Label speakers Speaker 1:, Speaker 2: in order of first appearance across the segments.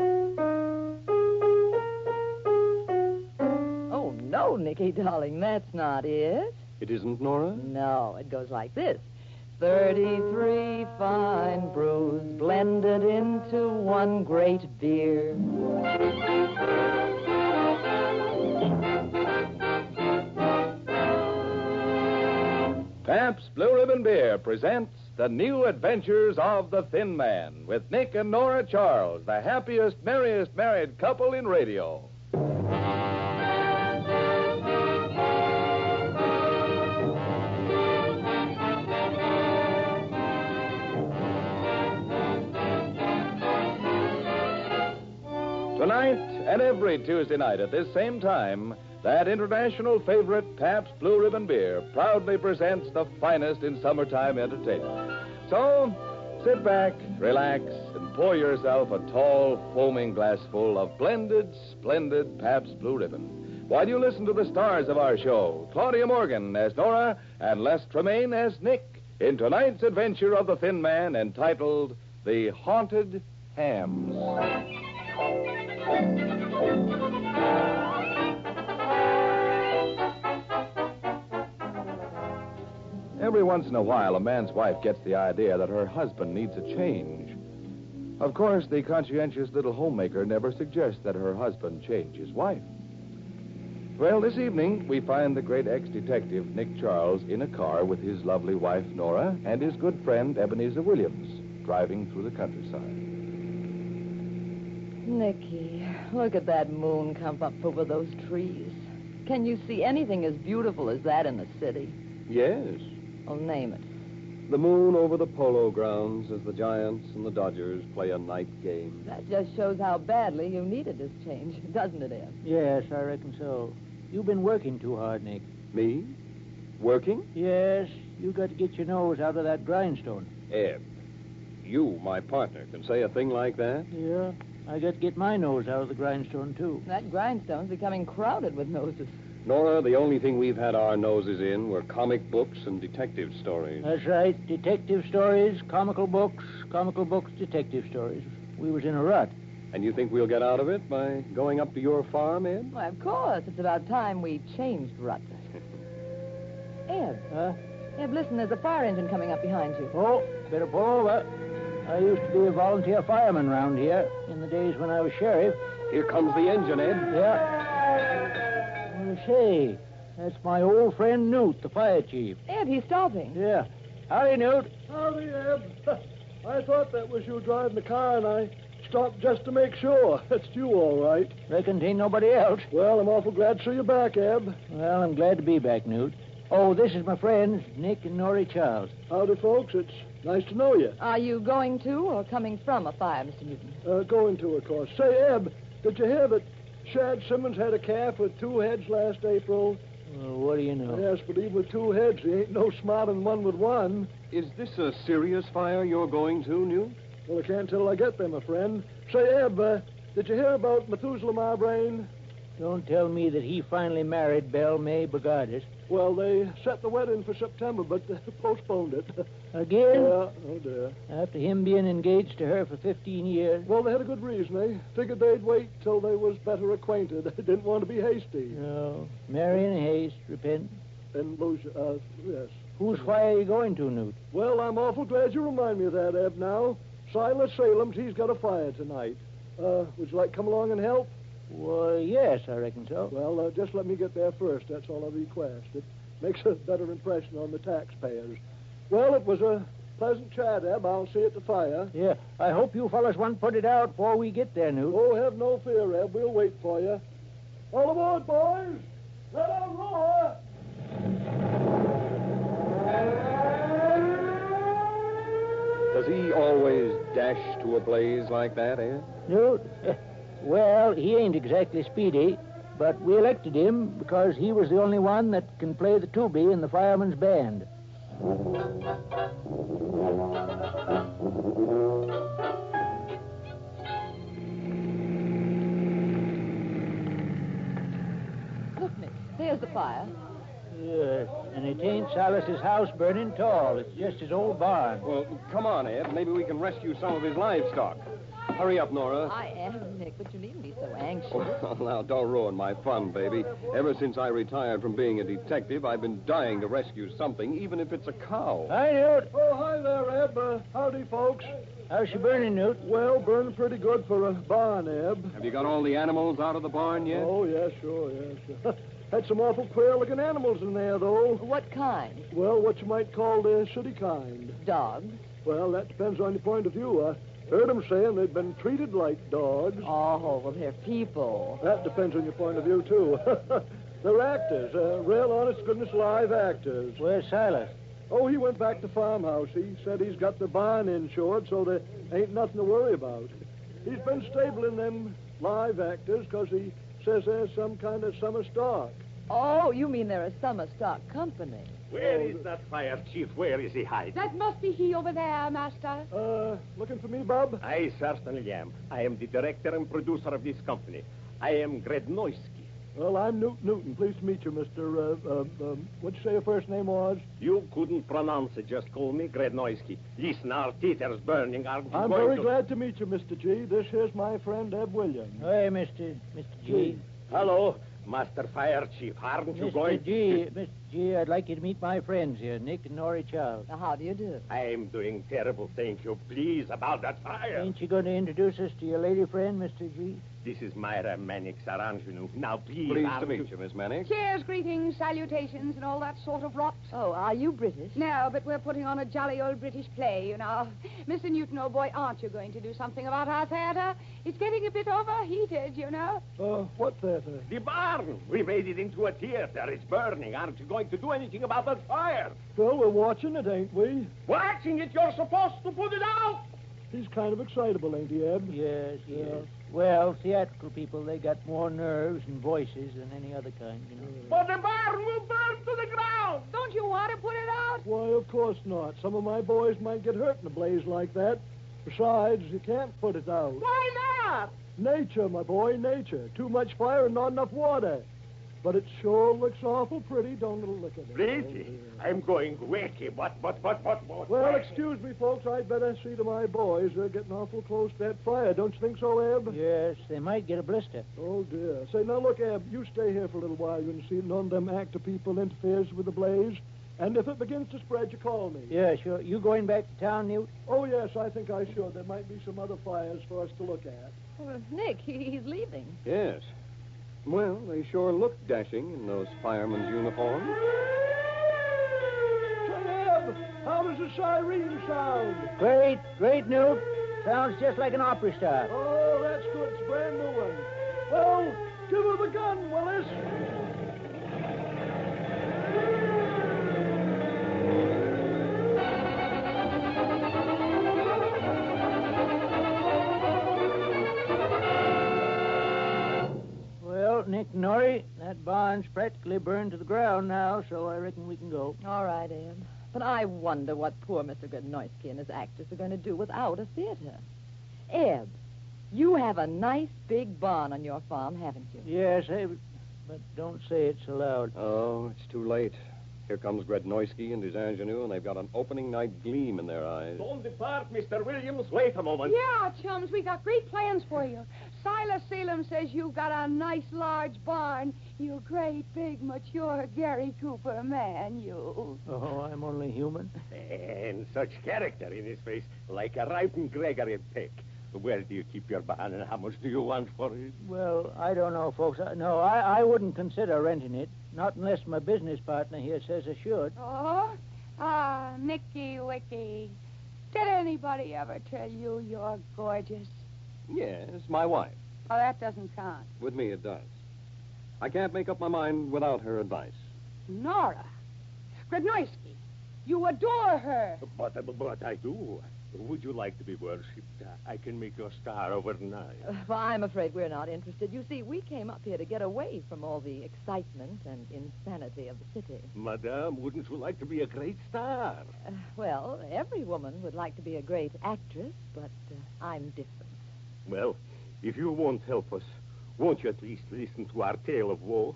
Speaker 1: Lucky, Oh, darling, that's not it.
Speaker 2: It isn't, Nora?
Speaker 1: No, it goes like this. 33 fine brews blended into one great beer.
Speaker 3: Pabst Blue Ribbon Beer presents The New Adventures of the Thin Man with Nick and Nora Charles, the happiest, merriest married couple in radio. Tonight and every Tuesday night at this same time, that international favorite Pabst Blue Ribbon Beer proudly presents the finest in summertime entertainment. So, sit back, relax, and pour yourself a tall, foaming glassful of blended, splendid Pabst Blue Ribbon. While you listen to the stars of our show, Claudia Morgan as Nora and Les Tremaine as Nick, in tonight's adventure of the Thin Man entitled The Haunted Hams. Every once in a while, a man's wife gets the idea that her husband needs a change. Of course, the conscientious little homemaker never suggests that her husband change his wife. Well, this evening, we find the great ex detective, Nick Charles, in a car with his lovely wife, Nora, and his good friend, Ebenezer Williams, driving through the countryside.
Speaker 1: Nicky, look at that moon come up over those trees. Can you see anything as beautiful as that in the city?
Speaker 2: Yes.
Speaker 1: Oh, name it.
Speaker 2: The moon over the polo grounds as the Giants and the Dodgers play a night game.
Speaker 1: That just shows how badly you needed this change, doesn't it, Em?
Speaker 4: Yes, I reckon so. You've been working too hard, Nick.
Speaker 2: Me? Working?
Speaker 4: Yes, you got to get your nose out of that grindstone.
Speaker 2: Eb. You, my partner, can say a thing like that?
Speaker 4: Yeah. I got to get my nose out of the grindstone, too.
Speaker 1: That grindstone's becoming crowded with noses.
Speaker 2: Nora, the only thing we've had our noses in were comic books and detective stories.
Speaker 4: That's right. Detective stories, comical books, comical books, detective stories. We was in a rut.
Speaker 2: And you think we'll get out of it by going up to your farm, Eb?
Speaker 1: Why, of course. It's about time we changed ruts. Ed,
Speaker 4: Huh?
Speaker 1: Ed, listen, there's a fire engine coming up behind you.
Speaker 4: Oh, better pull over. I used to be a volunteer fireman round here in the days when I was sheriff.
Speaker 2: Here comes the engine, Eb.
Speaker 4: Yeah. Well, say, that's my old friend Newt, the fire chief.
Speaker 1: Ed, he's stopping.
Speaker 4: Yeah. Howdy, Newt.
Speaker 5: Howdy, Eb. I thought that was you driving the car, and I stopped just to make sure. That's you, all right.
Speaker 4: Reckon ain't nobody else.
Speaker 5: Well, I'm awful glad to see you back, Eb.
Speaker 4: Well, I'm glad to be back, Newt. Oh, this is my friends, Nick and Norrie Charles.
Speaker 5: Howdy, folks. It's nice to know you.
Speaker 1: Are you going to or coming from a fire, Mr. Newton?
Speaker 5: Uh, going to, of course. Say, Eb, did you hear that Shad Simmons had a calf with two heads last April?
Speaker 4: Well, what do you know?
Speaker 5: Yes, but even with two heads, he ain't no smarter than one with one.
Speaker 2: Is this a serious fire you're going to, Newt?
Speaker 5: Well, I can't till I get there, my friend. Say, Eb, uh, did you hear about Methuselah Marbrain?
Speaker 4: Don't tell me that he finally married Belle May Bogardus.
Speaker 5: Well, they set the wedding for September, but postponed it. yeah,
Speaker 4: Again?
Speaker 5: oh dear.
Speaker 4: After him being engaged to her for 15 years.
Speaker 5: Well, they had a good reason, eh? Figured they'd wait till they was better acquainted. Didn't want to be hasty.
Speaker 4: No. Marry in haste, repent.
Speaker 5: And lose, uh, yes.
Speaker 4: Whose fire are you going to, Newt?
Speaker 5: Well, I'm awful glad you remind me of that, Eb, now. Silas Salem's, he's got a fire tonight. Uh, would you like to come along and help?
Speaker 4: Why, yes, I reckon so.
Speaker 5: Well, uh, just let me get there first. That's all I request. It makes a better impression on the taxpayers. Well, it was a pleasant chat, Eb. I'll see you at the fire.
Speaker 4: Yeah, I hope you fellas won't put it out before we get there, Newt.
Speaker 5: Oh, have no fear, Eb. We'll wait for you. All aboard, boys! Let out roar!
Speaker 2: Does he always dash to a blaze like that, Eb?
Speaker 4: Newt? well, he ain't exactly speedy, but we elected him because he was the only one that can play the tubie in the fireman's band.
Speaker 1: Look, Nick, there's the fire.
Speaker 4: Yes, and it ain't Silas's house burning tall. It's just his old barn.
Speaker 2: Well, come on, Eb. Maybe we can rescue some of his livestock. Hurry up, Nora.
Speaker 1: I am, Nick, but you needn't be so anxious.
Speaker 2: Well, now, don't ruin my fun, baby. Ever since I retired from being a detective, I've been dying to rescue something, even if it's a cow.
Speaker 4: Hi, Newt.
Speaker 5: Oh, hi there, Eb. Uh, howdy, folks.
Speaker 4: How's she burning, Newt?
Speaker 5: Well, burning pretty good for a barn, Eb.
Speaker 2: Have you got all the animals out of the barn yet?
Speaker 5: Oh, yeah, sure, yeah, sure. Had some awful queer-looking animals in there, though.
Speaker 1: What kind?
Speaker 5: Well, what you might call the city kind.
Speaker 1: Dogs?
Speaker 5: Well, that depends on your point of view. I heard 'em saying they'd been treated like dogs.
Speaker 1: Oh, well, they're people.
Speaker 5: That depends on your point of view, too. They're actors, uh, real honest goodness live actors.
Speaker 4: Where's Silas?
Speaker 5: Oh, he went back to farmhouse. He said he's got the barn insured, so there ain't nothing to worry about. He's been stabling them live actors 'cause he says there's some kind of summer stock.
Speaker 1: Oh, you mean they're a summer stock company.
Speaker 6: Where is that fire chief? Where is he hiding?
Speaker 7: That must be he over there, Master.
Speaker 5: Uh, looking for me, Bob?
Speaker 6: I certainly am. I am the director and producer of this company. I am Grednoisky.
Speaker 5: Well, I'm Newt Newton. Pleased to meet you, Mr. Uh, um, um, what'd you say your first name was?
Speaker 6: You couldn't pronounce it. Just call me Grednoisky. Listen, our theater's burning. Are we
Speaker 5: I'm
Speaker 6: going
Speaker 5: very
Speaker 6: to...
Speaker 5: glad to meet you, Mr. G. This here's my friend, Eb Williams.
Speaker 4: Hey, Mr. Mr. G.
Speaker 6: Hello, Master Fire Chief. Aren't you going?
Speaker 4: Mr. G. Mr. G. I'd like you to meet my friends here, Nick and Nora Child.
Speaker 1: Now, how do you do?
Speaker 6: I am doing terrible. Thank you. Please, about that fire.
Speaker 4: Ain't you going to introduce us to your lady friend, Mr. G?
Speaker 6: This is Myra Mannix Aranjunou. Now, please.
Speaker 2: Pleased to
Speaker 6: aren't
Speaker 2: meet you, Miss Mannix.
Speaker 7: Cheers, greetings, salutations, and all that sort of rot.
Speaker 1: Oh, are you British?
Speaker 7: No, but we're putting on a jolly old British play, you know. Mr. Newton, old boy, aren't you going to do something about our theater? It's getting a bit overheated, you know.
Speaker 5: Uh, what theater?
Speaker 6: The barn. We made it into a theater. It's burning. Aren't you going to do anything about that fire?
Speaker 5: Well, we're watching it, ain't we?
Speaker 6: Watching it, you're supposed to put it out.
Speaker 5: He's kind of excitable, ain't he, Eb?
Speaker 4: Yes, yes. Well, theatrical people, they got more nerves and voices than any other kind, you know.
Speaker 6: But the barn will burn to the ground.
Speaker 7: Don't you want to put it out?
Speaker 5: Why, of course not. Some of my boys might get hurt in a blaze like that. Besides, you can't put it out.
Speaker 7: Why not?
Speaker 5: Nature, my boy, nature. Too much fire and not enough water. But it sure looks awful pretty, don't it? Look at it.
Speaker 6: Really? I'm going wacky. What, what, what, what, what?
Speaker 5: Well, excuse me, folks. I'd better see to my boys. They're getting awful close to that fire. Don't you think so, Eb?
Speaker 4: Yes, they might get a blister.
Speaker 5: Oh, dear. Say, now look, Eb, you stay here for a little while. You can see none of them actor people interferes with the blaze. And if it begins to spread, you call me.
Speaker 4: Yeah, sure. You going back to town, Newt?
Speaker 5: Oh, yes, I think I should. There might be some other fires for us to look at.
Speaker 1: Well, Nick, he, he's leaving.
Speaker 2: Yes. Well, they sure look dashing in those firemen's uniforms.
Speaker 5: Say, Eb, how does the siren sound?
Speaker 4: Great, great, Newt. Sounds just like an opera star.
Speaker 5: Oh, that's good. It's a brand new one. Well, give her the gun, Willis.
Speaker 4: Well, Nick Norrie, that barn's practically burned to the ground now, so I reckon we can go.
Speaker 1: All right, Ann. But I wonder what poor Mr. Grodnoisky and his actors are going to do without a theater. Eb, you have a nice big barn on your farm, haven't you?
Speaker 4: Yes, eh, but- but don't say it so loud.
Speaker 2: Oh, it's too late. Here comes Grednoisky and his ingenue, and they've got an opening night gleam in their eyes.
Speaker 6: Don't depart, Mr. Williams. Wait a moment.
Speaker 7: Yeah, chums, we got great plans for you. Silas Salem says you've got a nice large barn. You great big mature Gary Cooper man, you.
Speaker 4: Oh, I'm only human.
Speaker 6: And such character in his face, like a ripened Gregory Peck. Where do you keep your barn, and how much do you want for it?
Speaker 4: Well, I don't know, folks. I, no, I, I wouldn't consider renting it, not unless my business partner here says I should.
Speaker 7: Oh, ah, Nicky Wicky. Did anybody ever tell you you're gorgeous?
Speaker 2: Yes, my wife.
Speaker 7: Oh, that doesn't count.
Speaker 2: With me, it does. I can't make up my mind without her advice.
Speaker 7: Nora. Gradnoisky. You adore her.
Speaker 6: But, but I do. Would you like to be worshipped? I can make you a star overnight.
Speaker 1: Uh, Well, I'm afraid we're not interested. You see, we came up here to get away from all the excitement and insanity of the city.
Speaker 6: Madame, wouldn't you like to be a great star?
Speaker 1: Uh, well, every woman would like to be a great actress, but uh, I'm different.
Speaker 6: Well, if you won't help us, won't you at least listen to our tale of woe?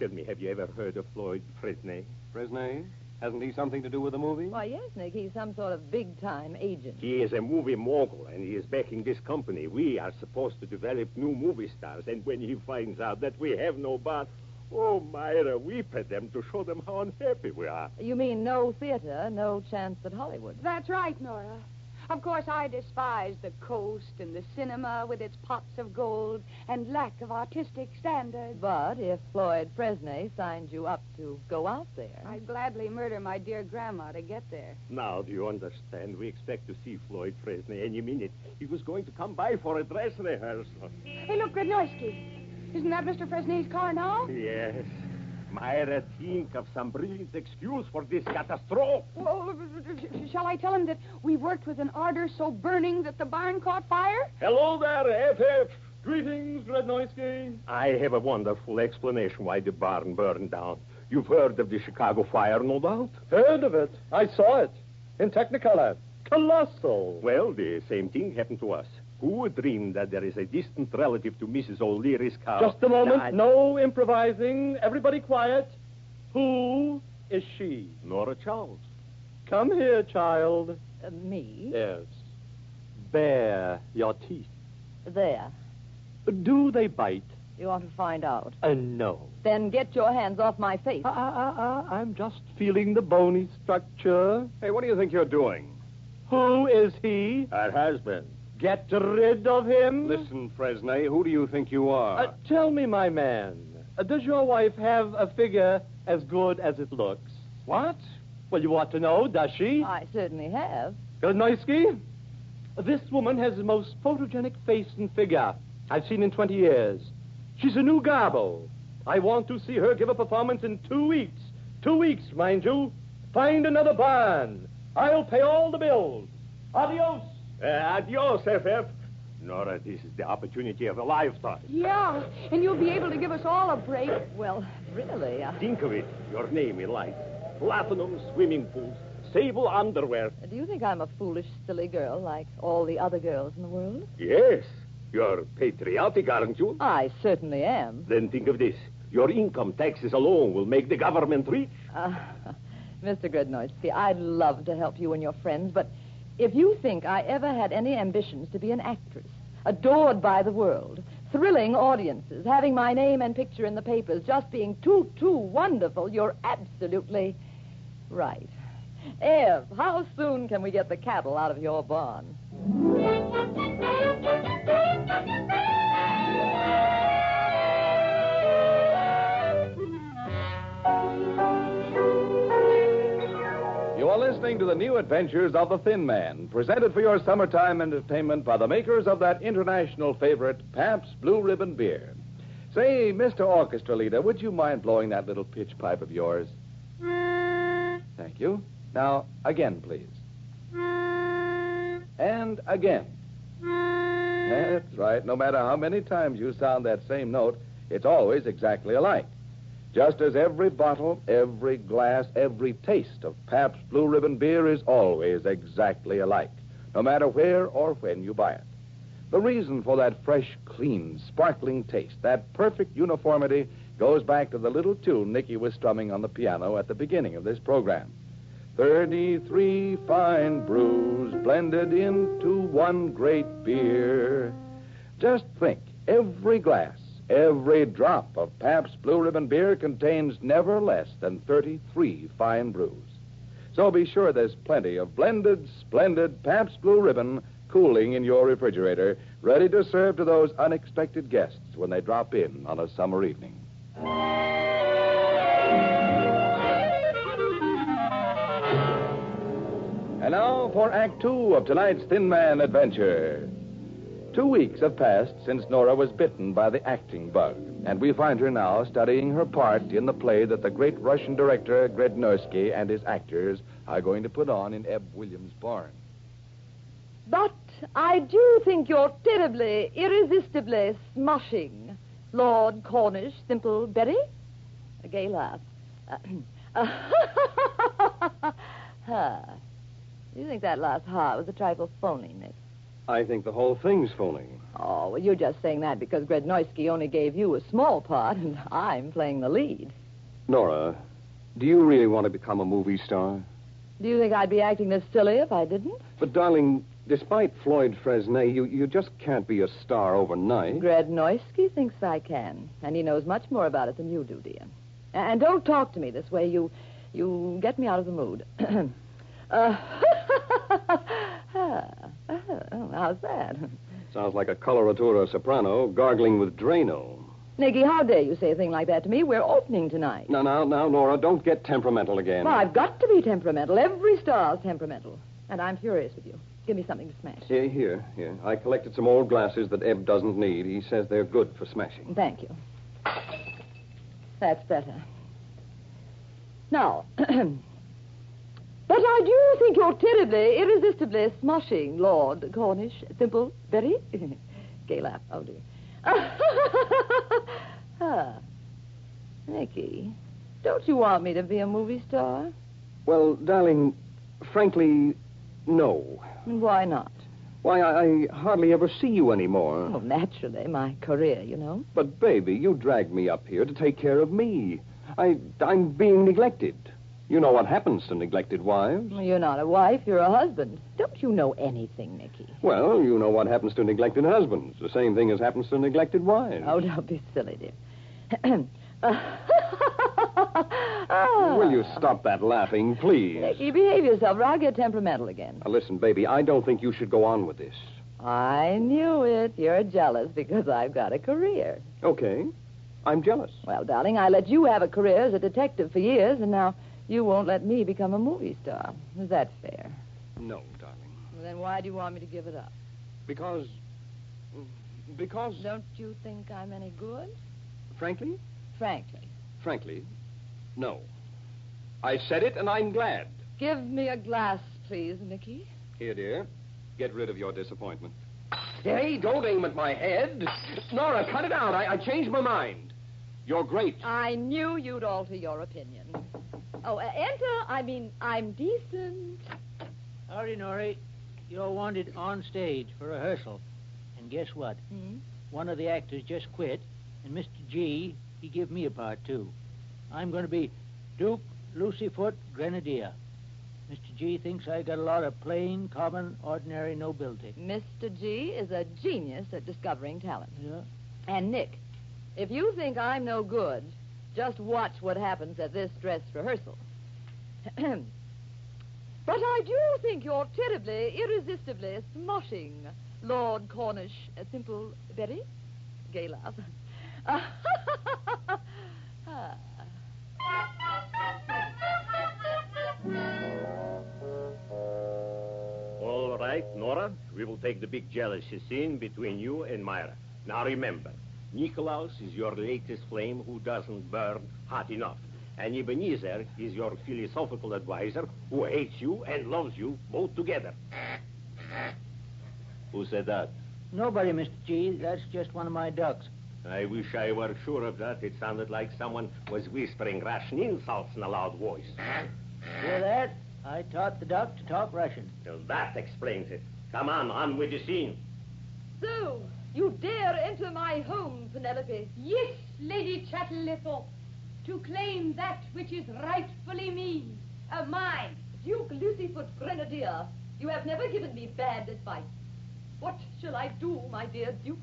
Speaker 6: Tell me, have you ever heard of Floyd Fresnay?
Speaker 2: Fresnay? Hasn't he something to do with the movie?
Speaker 1: Why, yes, Nick, he's some sort of big-time agent.
Speaker 6: He is a movie mogul, and he is backing this company. We are supposed to develop new movie stars, and when he finds out that we have no bar, oh, Myra, weep at them to show them how unhappy we are.
Speaker 1: You mean no theater, no chance at Hollywood?
Speaker 7: That's right, Nora. Of course, I despise the coast and the cinema with its pots of gold and lack of artistic standards.
Speaker 1: But if Floyd Fresnay signed you up to go out there,
Speaker 7: I'd gladly murder my dear grandma to get there.
Speaker 6: Now, do you understand? We expect to see Floyd Fresnay any minute. He was going to come by for a dress rehearsal.
Speaker 7: Hey, look, Gradnoisky. Isn't that Mr. Fresnay's car now?
Speaker 6: Yes. Myra, think of some brilliant excuse for this catastrophe.
Speaker 7: Well, shall I tell him that we worked with an ardor so burning that the barn caught fire?
Speaker 5: Hello there, FF. Greetings, Rednoisky.
Speaker 6: I have a wonderful explanation why the barn burned down. You've heard of the Chicago fire, no doubt?
Speaker 5: Heard of it. I saw it. In Technicolor. Colossal.
Speaker 6: Well, the same thing happened to us. Who would dream that there is a distant relative to Mrs. O'Leary's cow?
Speaker 5: Just a moment.
Speaker 6: That-
Speaker 5: No improvising. Everybody quiet. Who is she?
Speaker 6: Nora Charles.
Speaker 5: Come here, child.
Speaker 1: uh, me,
Speaker 5: Yes. Bare your teeth.
Speaker 1: there.
Speaker 5: Do they bite?
Speaker 1: You ought to find out.
Speaker 5: Uh, no.
Speaker 1: Then get your hands off my face.
Speaker 5: Ah, ah, ah, ah, I'm just feeling the bony structure.
Speaker 2: Hey, what do you think you're doing?
Speaker 5: Who is he?
Speaker 2: Her husband.
Speaker 5: Uh, Get rid of him.
Speaker 2: Listen, Fresnay, who do you think you are?
Speaker 5: Uh, tell me, my man, uh, does your wife have a figure as good as it looks? What? Well, you ought to know, does she?
Speaker 1: I certainly have.
Speaker 5: Godnoisky, this woman has the most photogenic face and figure I've seen in 20 years. She's a new garbo. I want to see her give a performance in two weeks. Two weeks, mind you. Find another barn. I'll pay all the bills. Adios.
Speaker 6: Uh, adios, FF. Nora, this is the opportunity of a lifetime.
Speaker 7: Yeah, and you'll be able to give us all a break.
Speaker 1: Well, really, uh,
Speaker 6: Think of it. Your name in life. Platinum swimming pools. Sable underwear.
Speaker 1: do you think I'm a foolish, silly girl like all the other girls in the world?
Speaker 6: Yes. You're patriotic, aren't you?
Speaker 1: I certainly am.
Speaker 6: Then think of this. Your income taxes alone will make the government rich.
Speaker 1: Uh, Mr. Gridnoisky, I'd love to help you and your friends, but if you think I ever had any ambitions to be an actress, adored by the world, thrilling audiences, having my name and picture in the papers, just being too, too wonderful, you're absolutely right. Ev, how soon can we get the cattle out of your barn?
Speaker 3: You are listening to the new adventures of the Thin Man, presented for your summertime entertainment by the makers of that international favorite, Pabst Blue Ribbon Beer. Say, Mr. Orchestra Leader, would you mind blowing that little pitch pipe of yours? Thank you. Now, again, please. And again. That's right. No matter how many times you sound that same note, it's always exactly alike. Just as every bottle, every glass, every taste of Pabst Blue Ribbon beer is always exactly alike, no matter where or when you buy it. The reason for that fresh, clean, sparkling taste, that perfect uniformity, goes back to the little tune Nicky was strumming on the piano at the beginning of this program. 33 fine brews blended into one great beer. Just think, every glass, every drop of Pabst Blue Ribbon beer contains never less than 33 fine brews. So be sure there's plenty of blended, splendid Pabst Blue Ribbon cooling in your refrigerator, ready to serve to those unexpected guests when they drop in on a summer evening. And now for Act Two of tonight's Thin Man adventure. Two weeks have passed since Nora was bitten by the acting bug, and we find her now studying her part in the play that the great Russian director Grednorsky and his actors are going to put on in Eb Williams' barn.
Speaker 1: But I do think you're terribly, irresistibly smushing. Lord Cornish Simpleberry? A gay laugh. Uh, ha. You think that last ha was a trifle phony, Nick?
Speaker 2: I think the whole thing's phony.
Speaker 1: Oh, well, you're just saying that because Grednoisky only gave you a small part and I'm playing the lead.
Speaker 2: Nora, Do you really want to become a movie star?
Speaker 1: Do you think I'd be acting this silly if I didn't?
Speaker 2: But, darling, despite Floyd Fresnay, you, you just can't be a star overnight.
Speaker 1: Gradnoisky thinks I can, and he knows much more about it than you do, dear. A- And don't talk to me this way. You, you get me out of the mood. uh, oh, how's that?
Speaker 2: Sounds like a coloratura soprano gargling with Drano.
Speaker 1: Nicky, how dare you say a thing like that to me? We're opening tonight.
Speaker 2: Now, now, now, Nora, don't get temperamental again.
Speaker 1: Well, I've got to be temperamental. Every star's temperamental. And I'm furious with you. Give me something to smash.
Speaker 2: Here, here, here. I collected some old glasses that Eb doesn't need. He says they're good for smashing.
Speaker 1: Thank you. That's better. Now, but I do think you're terribly, irresistibly smoshing, Lord Cornish. Simple, very. Gay laugh. Oh, dear. ah. Nicky, don't you want me to be a movie star?
Speaker 2: Well, darling, frankly, no.
Speaker 1: And why not?
Speaker 2: Why, I, I hardly ever see you anymore.
Speaker 1: Well, naturally, my career, you know.
Speaker 2: But, baby, you dragged me up here to take care of me. I, I'm being neglected. You know what happens to neglected wives.
Speaker 1: Well, You're not a wife, you're a husband. Don't you know anything, Nicky?
Speaker 2: Well, you know what happens to neglected husbands. The same thing as happens to neglected wives.
Speaker 1: Oh, don't be silly, dear. Ah.
Speaker 2: Will you stop that laughing, please?
Speaker 1: Nicky, behave yourself, or I'll get temperamental again.
Speaker 2: Now, listen, baby, I don't think you should go on with this.
Speaker 1: I knew it. You're jealous because I've got a career.
Speaker 2: Okay. I'm jealous.
Speaker 1: Well, darling, I let you have a career as a detective for years, and now you won't let me become a movie star. Is that fair?
Speaker 2: No, darling.
Speaker 1: Well, then why do you want me to give it up?
Speaker 2: Because. Because.
Speaker 1: Don't you think I'm any good?
Speaker 2: Frankly?
Speaker 1: Frankly.
Speaker 2: Frankly, no. I said it, and I'm glad.
Speaker 1: Give me a glass, please, Nicky.
Speaker 2: Here, dear. Get rid of your disappointment. Hey, don't aim at my head. Nora, cut it out. I, I changed my mind. You're great.
Speaker 1: I knew you'd alter your opinion. Oh, uh, enter. I mean, I'm decent.
Speaker 4: Howdy, Nori. You're wanted on stage for rehearsal. And guess what?
Speaker 1: Hmm?
Speaker 4: One of the actors just quit, and Mr. G, he give me a part, too. I'm going to be Duke Lucyfoot Grenadier. Mr. G thinks I got a lot of plain, common, ordinary nobility.
Speaker 1: Mr. G is a genius at discovering talent.
Speaker 4: Yeah?
Speaker 1: And Nick, if you think I'm no good, just watch what happens at this dress rehearsal. but I do think you're terribly, irresistibly smoshing, Lord Cornish, a simple Betty, gay laugh. Ah.
Speaker 6: All right, Nora, we will take the big jealousy scene between you and Myra. Now remember, Nikolaus is your latest flame who doesn't burn hot enough. And Ebenezer is your philosophical advisor who hates you and loves you both together. Who said that?
Speaker 4: Nobody, Mr. G. That's just one of my ducks.
Speaker 6: I wish I were sure of that. It sounded like someone was whispering Russian insults in a loud voice.
Speaker 4: Hear that? I taught the duck to talk Russian.
Speaker 6: Well, that explains it. Come on, on with the scene.
Speaker 1: So, you dare enter my home, Penelope?
Speaker 7: Yes, Lady Chatterlethorpe, to claim that which is rightfully me, uh, mine.
Speaker 1: Duke Lucyfoot Grenadier, you have never given me bad advice. What shall I do, my dear Duke?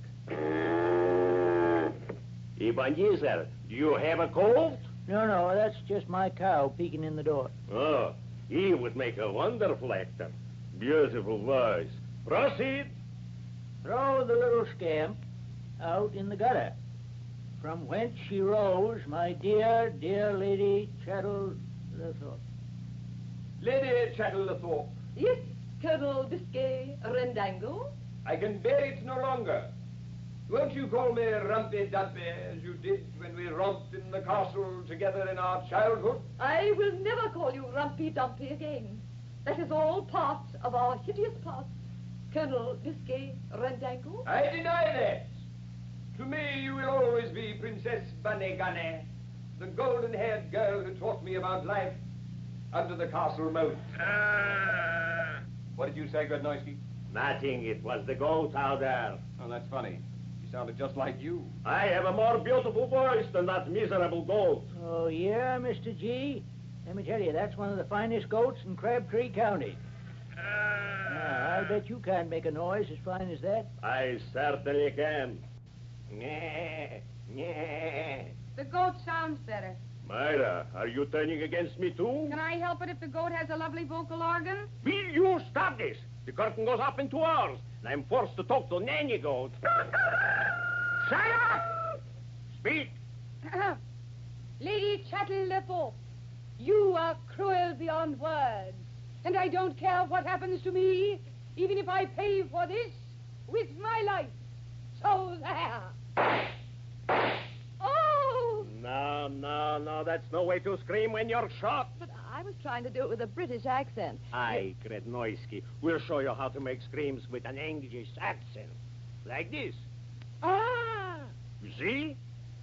Speaker 6: Ebenezer, do you have a cold?
Speaker 4: No, no, that's just my cow peeking in the door.
Speaker 6: Oh, he would make a wonderful actor. Beautiful voice. Proceed.
Speaker 4: Throw the little scamp out in the gutter, from whence she rose, my dear, dear lady Chettle.
Speaker 8: Lady Chatterlethorpe,
Speaker 1: Yes, Colonel Biscay Rendango.
Speaker 8: I can bear it no longer. Won't you call me Rumpy Dumpy as you did when we romped in the castle together in our childhood?
Speaker 1: I will never call you Rumpy Dumpy again. That is all part of our hideous past, Colonel Biscay Rendango.
Speaker 8: I deny that. To me, you will always be Princess Banegane, the golden haired girl who taught me about life under the castle moat. What did you say, Grodnoisky?
Speaker 6: Nothing. Uh, It was the goat out there.
Speaker 2: Oh, that's funny. He sounded just like you.
Speaker 6: I have a more beautiful voice than that miserable goat.
Speaker 4: Oh, yeah, Mr. G? Let me tell you, that's one of the finest goats in Crabtree County. Now, Uh, I bet you can't make a noise as fine as that.
Speaker 6: I certainly can. Nyeh, nyeh.
Speaker 7: The goat sounds better.
Speaker 6: Myra, are you turning against me too?
Speaker 7: Can I help it if the goat has a lovely vocal organ?
Speaker 6: Will you stop this? The curtain goes up in two hours, and I'm forced to talk to Nanny Goat. Shut up! Speak!
Speaker 7: Lady Chatterlethorpe, you are cruel beyond words. And I don't care what happens to me, even if I pay for this with my life. So there. Oh!
Speaker 6: No, no, no, that's no way to scream when you're shot.
Speaker 1: But I was trying to do it with a British accent.
Speaker 6: I, Kretnoisky, will show you how to make screams with an English accent. Like this.
Speaker 7: Ah!
Speaker 6: You see?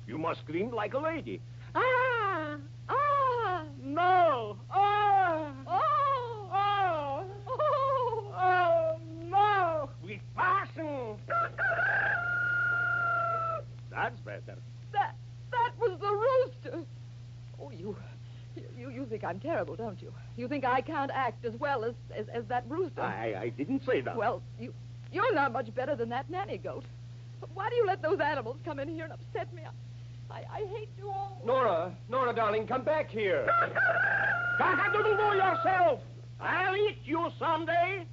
Speaker 6: You must scream like a lady.
Speaker 7: Ah! Ah!
Speaker 6: No! Ah!
Speaker 7: Oh!
Speaker 6: Oh!
Speaker 7: Oh!
Speaker 6: Oh, no! We fasten! That's better.
Speaker 1: That that was the rooster. Oh, you, you, you think I'm terrible, don't you? You think I can't act as well as as, as that rooster?
Speaker 6: I, I didn't say that.
Speaker 1: Well, you, you're not much better than that nanny goat. Why do you let those animals come in here and upset me? I, I, I hate you all.
Speaker 2: Nora, Nora, darling, come back here.
Speaker 6: Cock-a-doodle do yourself! I'll eat you someday!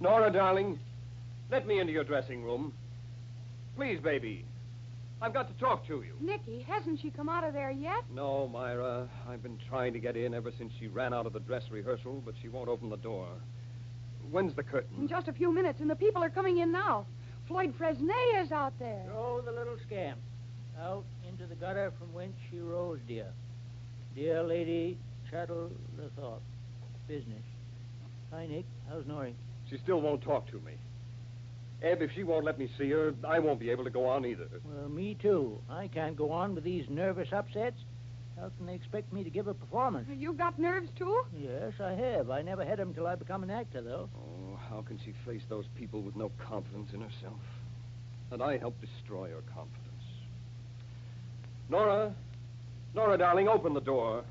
Speaker 2: Nora, darling, let me into your dressing room. Please, baby. I've got to talk to you.
Speaker 7: Nicky, hasn't she come out of there yet?
Speaker 2: No, Myra. I've been trying to get in ever since she ran out of the dress rehearsal, but she won't open the door. When's the
Speaker 7: In
Speaker 2: curtain?
Speaker 7: just a few minutes, and the people are coming in now. Floyd Fresnay is out there.
Speaker 4: Oh, the little scamp. Out into the gutter from whence she rose, dear. Dear Lady Chattel the Thought. Business. Hi, Nick. How's Norrie?
Speaker 2: She still won't talk to me. Eb, if she won't let me see her, I won't be able to go on either.
Speaker 4: Well, me too. I can't go on with these nervous upsets. How can they expect me to give a performance?
Speaker 7: You got nerves, too?
Speaker 4: Yes, I have. I never had 'em till I become an actor, though.
Speaker 2: Oh, how can she face those people with no confidence in herself? And I help destroy her confidence. Nora, Nora, darling, open the door.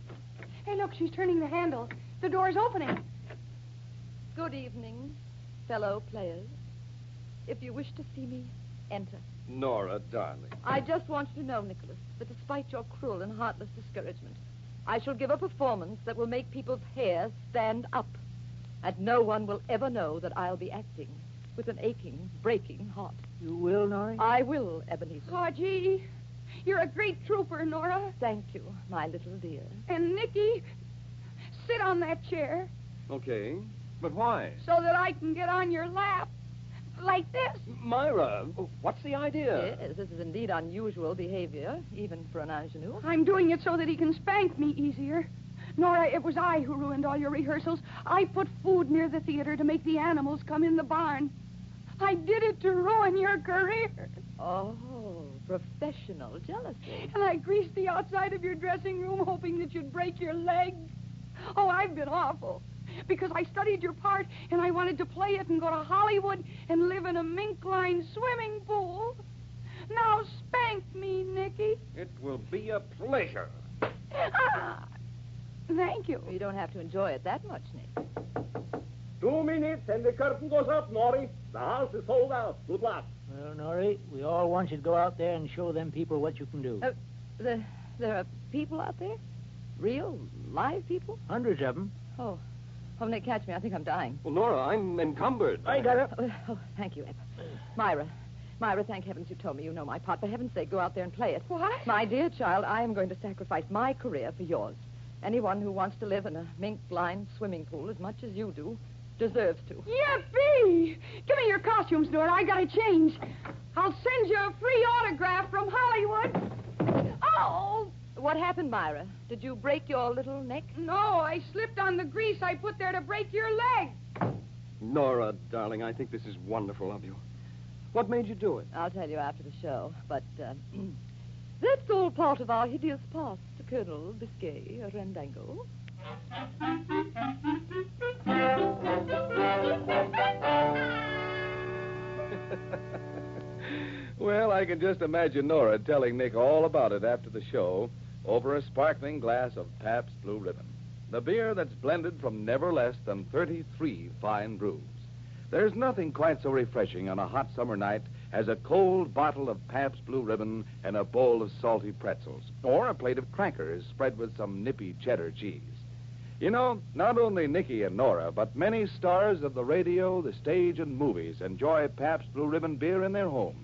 Speaker 7: Hey, look, she's turning the handle. The door's opening.
Speaker 1: Good evening, fellow players. If you wish to see me, enter.
Speaker 2: Nora, darling.
Speaker 1: I just want you to know, Nicholas, that despite your cruel and heartless discouragement, I shall give a performance that will make people's hair stand up. And no one will ever know that I'll be acting with an aching, breaking heart.
Speaker 4: You will, Norrie?
Speaker 1: I will, Ebenezer.
Speaker 7: Oh, gee. You're a great trooper, Nora.
Speaker 1: Thank you, my little dear.
Speaker 7: And Nicky, sit on that chair
Speaker 2: Okay, but why?
Speaker 7: so that I can get on your lap. Like this.
Speaker 2: Myra, what's the idea?
Speaker 1: Yes, this is indeed unusual behavior, even for an ingenue.
Speaker 7: I'm doing it so that he can spank me easier. Nora, it was I who ruined all your rehearsals. I put food near the theater to make the animals come in the barn. I did it to ruin your career.
Speaker 1: Oh, professional jealousy.
Speaker 7: And I greased the outside of your dressing room hoping that you'd break your leg. Oh, I've been awful. Because I studied your part and I wanted to play it and go to Hollywood and live in a mink lined swimming pool. Now spank me, Nicky.
Speaker 2: It will be a pleasure.
Speaker 7: Ah, thank you.
Speaker 1: You don't have to enjoy it that much, Nick.
Speaker 6: Two minutes and the curtain goes up, Norrie. The house is sold out. Good luck.
Speaker 4: Well, Norrie, we all want you to go out there and show them people what you can do.
Speaker 1: Uh, The, there are people out there? Real, live people?
Speaker 4: Hundreds of 'em.
Speaker 1: Oh, oh, Nick, catch me. I think I'm dying.
Speaker 2: Well, Nora, I'm encumbered.
Speaker 4: I got it.
Speaker 1: Oh, oh, thank you, Eb. Myra. Myra, thank heavens you told me you know my part. For heaven's sake, go out there and play it.
Speaker 7: What?
Speaker 1: My dear child, I am going to sacrifice my career for yours. Anyone who wants to live in a mink blind swimming pool as much as you do deserves to.
Speaker 7: Yippee! Give me your costumes, Nora. I gotta change. I'll send you a free autograph from Hollywood. Oh!
Speaker 1: What happened, Myra? Did you break your little neck?
Speaker 7: No, I slipped on the grease I put there to break your leg.
Speaker 2: Nora, darling, I think this is wonderful of you. What made you do it?
Speaker 1: I'll tell you after the show, but uh, that's all part of our hideous past, Colonel Biscay Randango.
Speaker 3: Well, I can just imagine Nora telling Nick all about it after the show over a sparkling glass of Pabst Blue Ribbon, the beer that's blended from never less than 33 fine brews. There's nothing quite so refreshing on a hot summer night as a cold bottle of Pabst Blue Ribbon and a bowl of salty pretzels, or a plate of crackers spread with some nippy cheddar cheese. You know, not only Nicky and Nora, but many stars of the radio, the stage, and movies enjoy Pabst Blue Ribbon beer in their homes.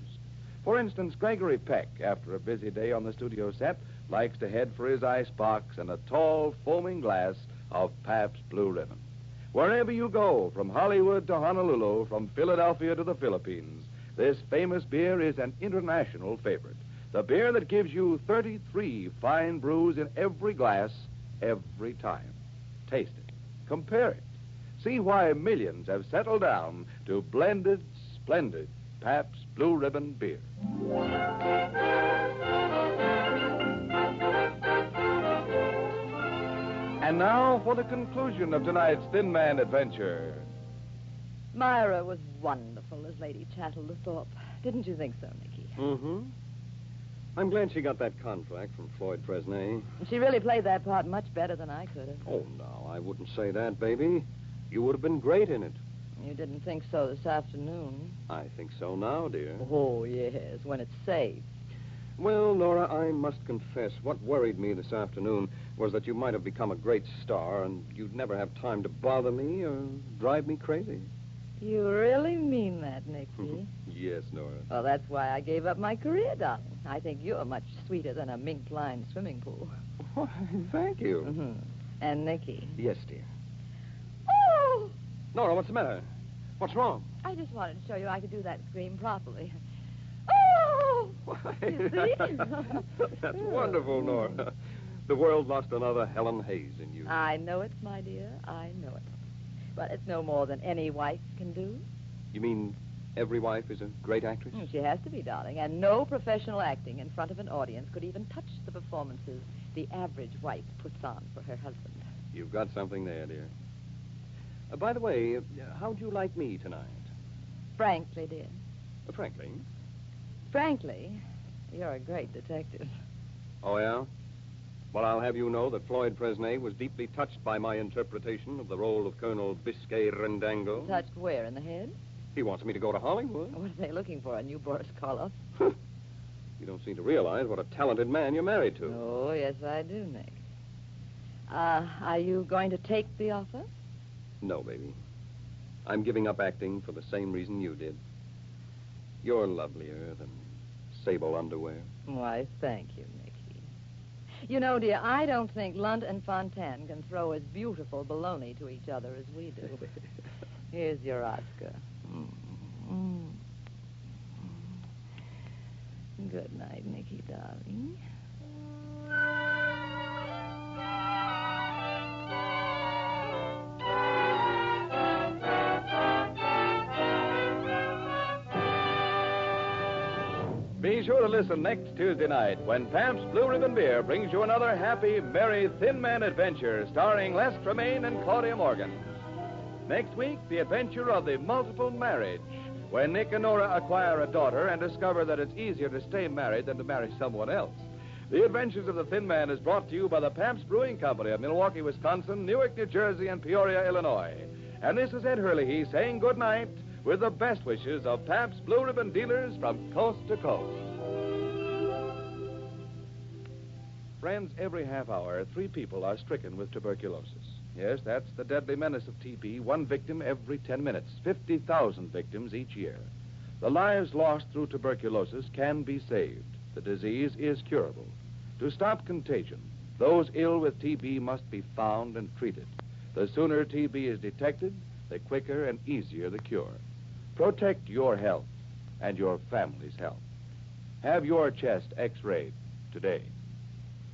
Speaker 3: For instance, Gregory Peck, after a busy day on the studio set, likes to head for his ice box and a tall, foaming glass of Pabst Blue Ribbon. Wherever you go, from Hollywood to Honolulu, from Philadelphia to the Philippines, this famous beer is an international favorite. The beer that gives you 33 fine brews in every glass, every time. Taste it. Compare it. See why millions have settled down to blended, splendid Pabst Blue Ribbon beer. And now for the conclusion of tonight's Thin Man adventure.
Speaker 1: Myra was wonderful as Lady Chatterlethorpe. Didn't you think so, Nicky?
Speaker 2: Mm-hmm. I'm glad she got that contract from Floyd Fresnay.
Speaker 1: She really played that part much better than I could have.
Speaker 2: Oh, no, I wouldn't say that, baby. You would have been great in it.
Speaker 1: You didn't think so this afternoon.
Speaker 2: I think so now, dear.
Speaker 1: Oh, yes, when it's safe.
Speaker 2: Well, Nora, I must confess, what worried me this afternoon was that you might have become a great star and you'd never have time to bother me or drive me crazy.
Speaker 1: You really mean that,
Speaker 2: Mm-hmm.
Speaker 1: Nicky?
Speaker 2: Yes, Nora.
Speaker 1: well, that's why I gave up my career, darling. I think you're much sweeter than a mink-lined swimming pool.
Speaker 2: Why, thank you.
Speaker 1: hmm And Nicky.
Speaker 2: Yes, dear.
Speaker 1: Oh!
Speaker 2: Nora, what's the matter? What's wrong?
Speaker 1: I just wanted to show you I could do that scream properly. Oh! You see?
Speaker 2: That's wonderful,
Speaker 1: Mm.
Speaker 2: Nora. The world lost another Helen Hayes in you.
Speaker 1: I know it, my dear. I know it. But it's no more than any wife can do.
Speaker 2: You mean every wife is a great actress?
Speaker 3: Hmm.
Speaker 1: She has to be, darling. And no professional acting in front of an audience could even touch the performances the average wife puts on for her husband.
Speaker 2: You've got something there, dear. Uh, by the way, uh, how'd you like me tonight?
Speaker 1: Frankly, dear.
Speaker 2: Uh, frankly.
Speaker 1: Frankly, you're a great detective.
Speaker 2: Oh, yeah? Well, I'll have you know that Floyd Fresnay was deeply touched by my interpretation of the role of Colonel Biscay
Speaker 3: Hmm.
Speaker 2: Rendango.
Speaker 1: Touched where? In the head?
Speaker 2: He wants me to go to Hollywood.
Speaker 1: What are they looking for? A new Boris Karloff?
Speaker 2: You don't seem to realize what a talented man you're married to.
Speaker 1: Oh, yes, I do, Nick. Uh, are you going to take the offer?
Speaker 2: No, baby. I'm giving up acting for the same reason you did. You're lovelier than sable underwear.
Speaker 1: Why, thank you, Nicky. You know, dear, I don't think Lunt and Fontaine can throw as beautiful baloney to each other as we do. Here's your Oscar. Good night, Nicky, darling.
Speaker 3: Be sure to listen next Tuesday night when Pabst Blue Ribbon Beer brings you another happy, merry Thin Man adventure starring Les Tremaine and Claudia Morgan. Next week, the adventure of the multiple marriage, where Nick and Nora acquire a daughter and discover that it's easier to stay married than to marry someone else. The Adventures of the Thin Man is brought to you by the Pabst Brewing Company of Milwaukee, Wisconsin, Newark, New Jersey, and Peoria, Illinois. And this is Ed Hurley saying good night with the best wishes of Pabst Blue Ribbon dealers from coast to coast. Friends, every half hour, three people are stricken with tuberculosis. Yes, that's the deadly menace of TB, one victim every 10 minutes, 50,000 victims each year. The lives lost through tuberculosis can be saved. The disease is curable. To stop contagion, those ill with TB must be found and treated. The sooner TB is detected, the quicker and easier the cure. Protect your health and your family's health. Have your chest x rayed today.